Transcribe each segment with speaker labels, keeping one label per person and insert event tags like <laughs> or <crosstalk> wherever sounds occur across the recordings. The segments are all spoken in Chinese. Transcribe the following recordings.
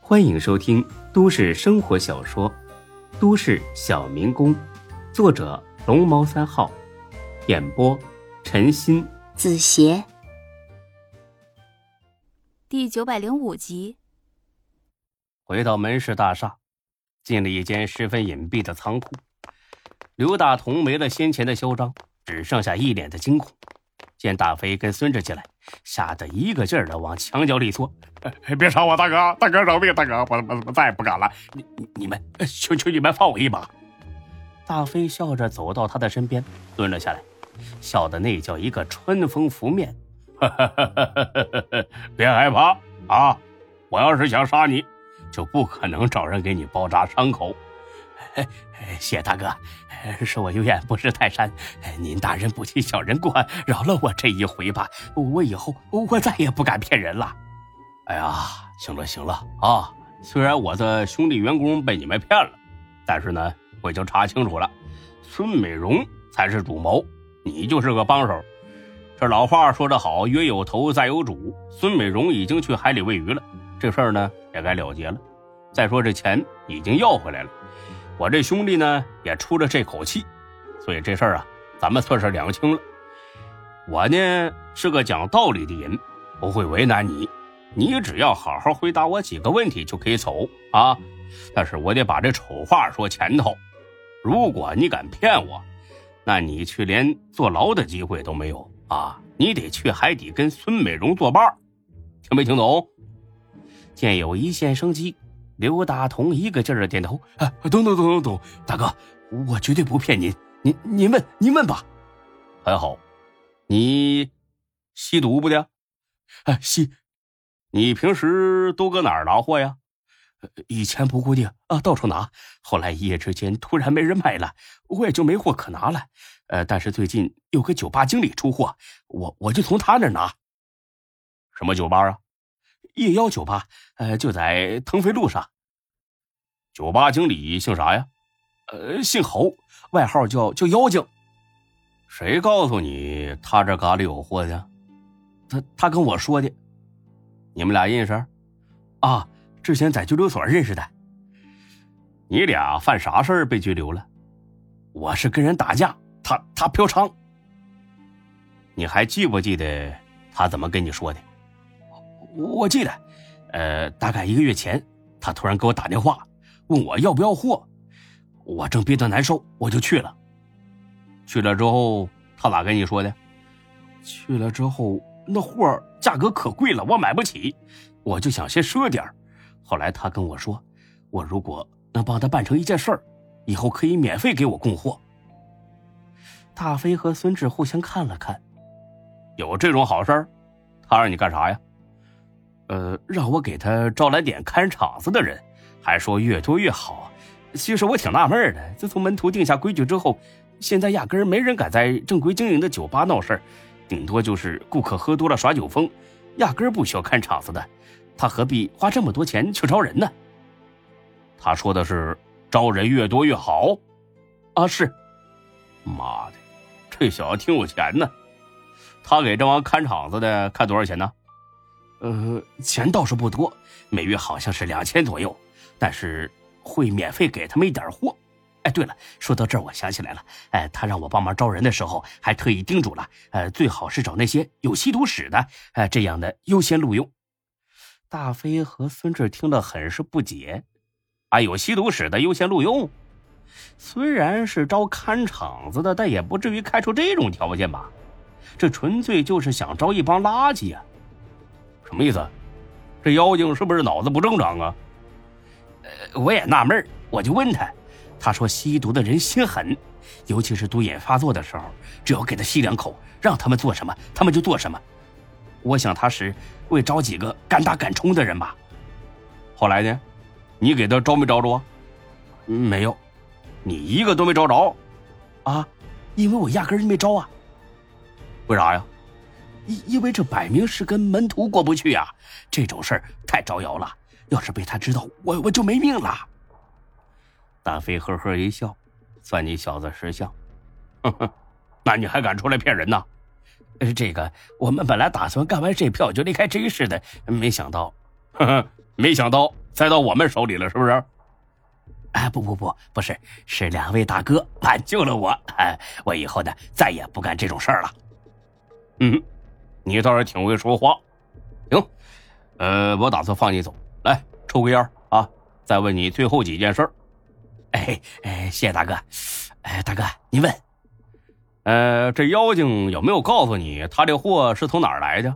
Speaker 1: 欢迎收听都市生活小说《都市小民工》，作者龙猫三号，演播陈鑫、
Speaker 2: 子邪
Speaker 3: 第九百零五集。
Speaker 1: 回到门市大厦，进了一间十分隐蔽的仓库。刘大同没了先前的嚣张，只剩下一脸的惊恐。见大飞跟孙志进来，吓得一个劲儿的往墙角里缩。
Speaker 4: 哎别杀我，大哥，大哥饶命，大哥，我我我再也不敢了。
Speaker 1: 你你你们，求求你们放我一马！大飞笑着走到他的身边，蹲了下来，笑的那叫一个春风拂面。
Speaker 4: 别害怕啊，我要是想杀你，就不可能找人给你包扎伤口。
Speaker 1: 哎哎谢大哥，是我有眼不识泰山，您大人不计小人过，饶了我这一回吧。我以后我再也不敢骗人了。
Speaker 4: 哎呀，行了行了啊，虽然我的兄弟员工被你们骗了，但是呢，我已经查清楚了，孙美荣才是主谋，你就是个帮手。这老话说得好，冤有头债有主。孙美荣已经去海里喂鱼了，这事儿呢也该了结了。再说这钱已经要回来了。我这兄弟呢也出了这口气，所以这事儿啊，咱们算是两清了。我呢是个讲道理的人，不会为难你，你只要好好回答我几个问题就可以走啊。但是我得把这丑话说前头，如果你敢骗我，那你去连坐牢的机会都没有啊！你得去海底跟孙美荣作伴儿，听没听懂？
Speaker 1: 见有一线生机。刘大同一个劲儿的点头，
Speaker 4: 啊，懂懂懂懂懂，
Speaker 1: 大哥，我绝对不骗您，您您问您问吧。
Speaker 4: 很好，你吸毒不的？
Speaker 1: 啊，吸。
Speaker 4: 你平时都搁哪儿拿货呀？
Speaker 1: 以前不固定啊，到处拿。后来一夜之间突然没人买了，我也就没货可拿了。呃，但是最近有个酒吧经理出货，我我就从他那儿拿。
Speaker 4: 什么酒吧啊？
Speaker 1: 夜妖酒吧，呃，就在腾飞路上。
Speaker 4: 酒吧经理姓啥呀？
Speaker 1: 呃，姓侯，外号叫叫妖精。
Speaker 4: 谁告诉你他这旮里有货的？
Speaker 1: 他他跟我说的。
Speaker 4: 你们俩认识？
Speaker 1: 啊，之前在拘留所认识的。
Speaker 4: 你俩犯啥事儿被拘留了？
Speaker 1: 我是跟人打架，他他嫖娼。
Speaker 4: 你还记不记得他怎么跟你说的？
Speaker 1: 我记得，呃，大概一个月前，他突然给我打电话，问我要不要货。我正憋得难受，我就去了。
Speaker 4: 去了之后，他咋跟你说的？
Speaker 1: 去了之后，那货价格可贵了，我买不起。我就想先赊点后来他跟我说，我如果能帮他办成一件事儿，以后可以免费给我供货。大飞和孙志互相看了看，
Speaker 4: 有这种好事儿？他让你干啥呀？
Speaker 1: 呃，让我给他招来点看场子的人，还说越多越好。啊其实我挺纳闷的，自从门徒定下规矩之后，现在压根儿没人敢在正规经营的酒吧闹事儿，顶多就是顾客喝多了耍酒疯，压根儿不需要看场子的。他何必花这么多钱去招人呢？
Speaker 4: 他说的是招人越多越好，
Speaker 1: 啊是。
Speaker 4: 妈的，这小子挺有钱呢。他给这帮看场子的看多少钱呢？
Speaker 1: 呃，钱倒是不多，每月好像是两千左右，但是会免费给他们一点货。哎，对了，说到这儿我想起来了，哎，他让我帮忙招人的时候，还特意叮嘱了，呃，最好是找那些有吸毒史的，哎，这样的优先录用。大飞和孙志听了很是不解，
Speaker 4: 啊，有吸毒史的优先录用，
Speaker 1: 虽然是招看场子的，但也不至于开出这种条件吧？这纯粹就是想招一帮垃圾呀、啊！
Speaker 4: 什么意思？这妖精是不是脑子不正常啊？
Speaker 1: 呃，我也纳闷我就问他，他说吸毒的人心狠，尤其是毒瘾发作的时候，只要给他吸两口，让他们做什么，他们就做什么。我想他是为招几个敢打敢冲的人吧。
Speaker 4: 后来呢？你给他招没招着啊？
Speaker 1: 没有，
Speaker 4: 你一个都没招着
Speaker 1: 啊？因为我压根就没招啊。
Speaker 4: 为啥呀？
Speaker 1: 因因为这摆明是跟门徒过不去呀、啊，这种事儿太招摇了。要是被他知道，我我就没命了。
Speaker 4: 大飞呵呵一笑，算你小子识相。 <laughs> 哼哼，那你还敢出来骗人呢？
Speaker 1: 这个我们本来打算干完这票就离开这一市的，没想到，
Speaker 4: <laughs> 呵呵，没想到栽到我们手里了，是不是？
Speaker 1: 哎，不不不，不是，是两位大哥挽救了我，哎，我以后呢再也不干这种事儿了。
Speaker 4: 嗯，你倒是挺会说话。行，呃，我打算放你走，来抽个烟儿啊，再问你最后几件事儿。
Speaker 1: 哎哎，谢谢大哥，哎，大哥您问，
Speaker 4: 呃，这妖精有没有告诉你他这货是从哪儿来的？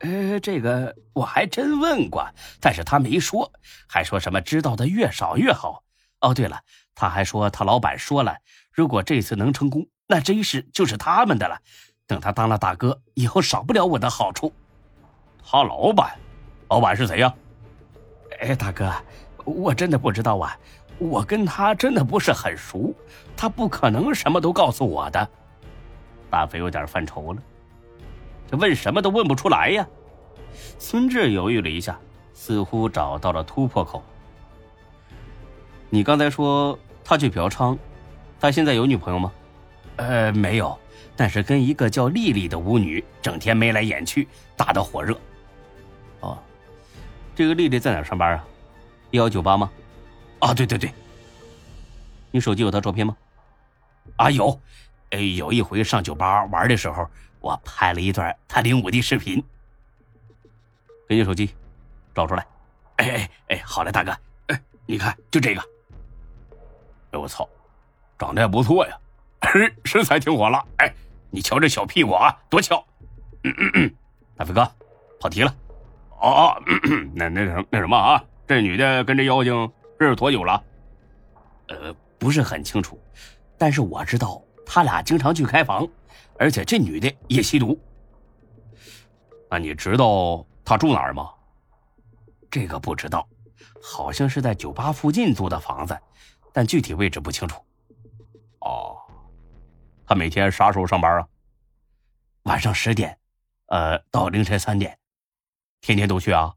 Speaker 1: 呃，这个我还真问过，但是他没说，还说什么知道的越少越好。哦，对了，他还说他老板说了，如果这次能成功，那真是就是他们的了。等他当了大哥以后，少不了我的好处。
Speaker 4: 他老板，老板是谁呀、
Speaker 1: 哎，大哥，我真的不知道啊，我跟他真的不是很熟，他不可能什么都告诉我的。
Speaker 4: 大飞有点犯愁了。这问什么都问不出来呀！孙志犹豫了一下，似乎找到了突破口。你刚才说他去嫖娼，他现在有女朋友吗？
Speaker 1: 呃，没有，但是跟一个叫丽丽的舞女整天眉来眼去，打得火热。
Speaker 4: 哦，这个丽丽在哪儿上班啊？幺九八吗？
Speaker 1: 啊，对对对。
Speaker 4: 你手机有她照片吗？
Speaker 1: 啊，有。哎，有一回上酒吧玩的时候，我拍了一段他领舞的视频。
Speaker 4: 给你手机，找出来。
Speaker 1: 哎哎哎，好嘞，大哥。哎，你看，就这个。
Speaker 4: 哎，我操，长得还不错
Speaker 1: <laughs>
Speaker 4: 呀，身材挺火辣。哎，你瞧这小屁股啊，多翘。嗯嗯嗯，大飞哥，跑题了。哦哦，
Speaker 1: 嗯
Speaker 4: 那那什那什么啊，这女的跟这妖精认识多久了？
Speaker 1: 呃，不是很清楚，但是我知道。他俩经常去开房，而且这女的也吸毒。
Speaker 4: 那你知道他住哪儿吗？
Speaker 1: 这个不知道，好像是在酒吧附近租的房子，但具体位置不清楚。
Speaker 4: 哦，他每天啥时候上班啊？
Speaker 1: 晚上十点，呃，到凌晨三点，
Speaker 4: 天天都去啊？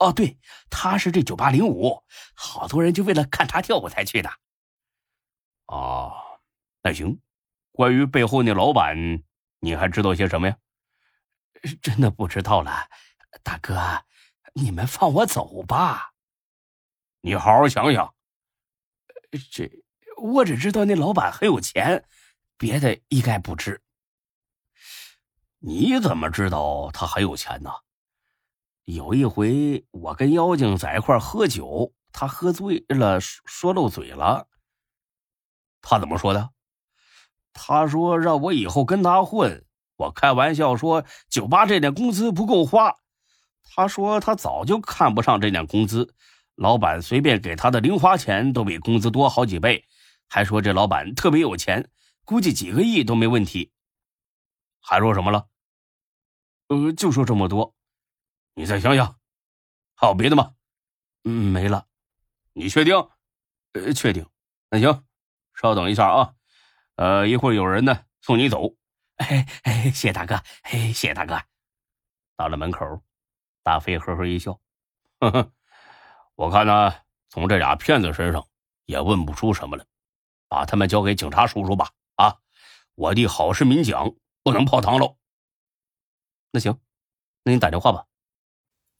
Speaker 1: 哦，对，他是这酒吧零五，好多人就为了看他跳舞才去的。
Speaker 4: 哦，那行。关于背后那老板，你还知道些什么呀？
Speaker 1: 呃真的不知道了，大哥，你们放我走吧。
Speaker 4: 你好好想想。
Speaker 1: 呃这我只知道那老板很有钱，别的一概不知。
Speaker 4: 你怎么知道他很有钱呢？
Speaker 1: 有一回我跟妖精在一块喝酒，他喝醉了，说漏嘴了。
Speaker 4: 他怎么说的？
Speaker 1: 他说让我以后跟他混，我开玩笑说酒吧这点工资不够花。他说他早就看不上这点工资，老板随便给他的零花钱都比工资多好几倍，还说这老板特别有钱，估计几个亿都没问题。
Speaker 4: 还说什么了？
Speaker 1: 呃，就说这么多。
Speaker 4: 你再想想，还有别的吗？
Speaker 1: 嗯，没了。
Speaker 4: 你确定？
Speaker 1: 呃，确定。
Speaker 4: 那行，稍等一下啊。呃，一会儿有人呢送你走， <laughs>
Speaker 1: 哎哎，谢谢大哥，哎，谢谢大哥。
Speaker 4: 到了门口，大飞呵呵一笑， <laughs> 呵呵，我看呢、啊，从这俩骗子身上也问不出什么来，把他们交给警察叔叔吧。啊，我弟好市民奖不能泡汤喽。
Speaker 1: 那行，那你打电话吧。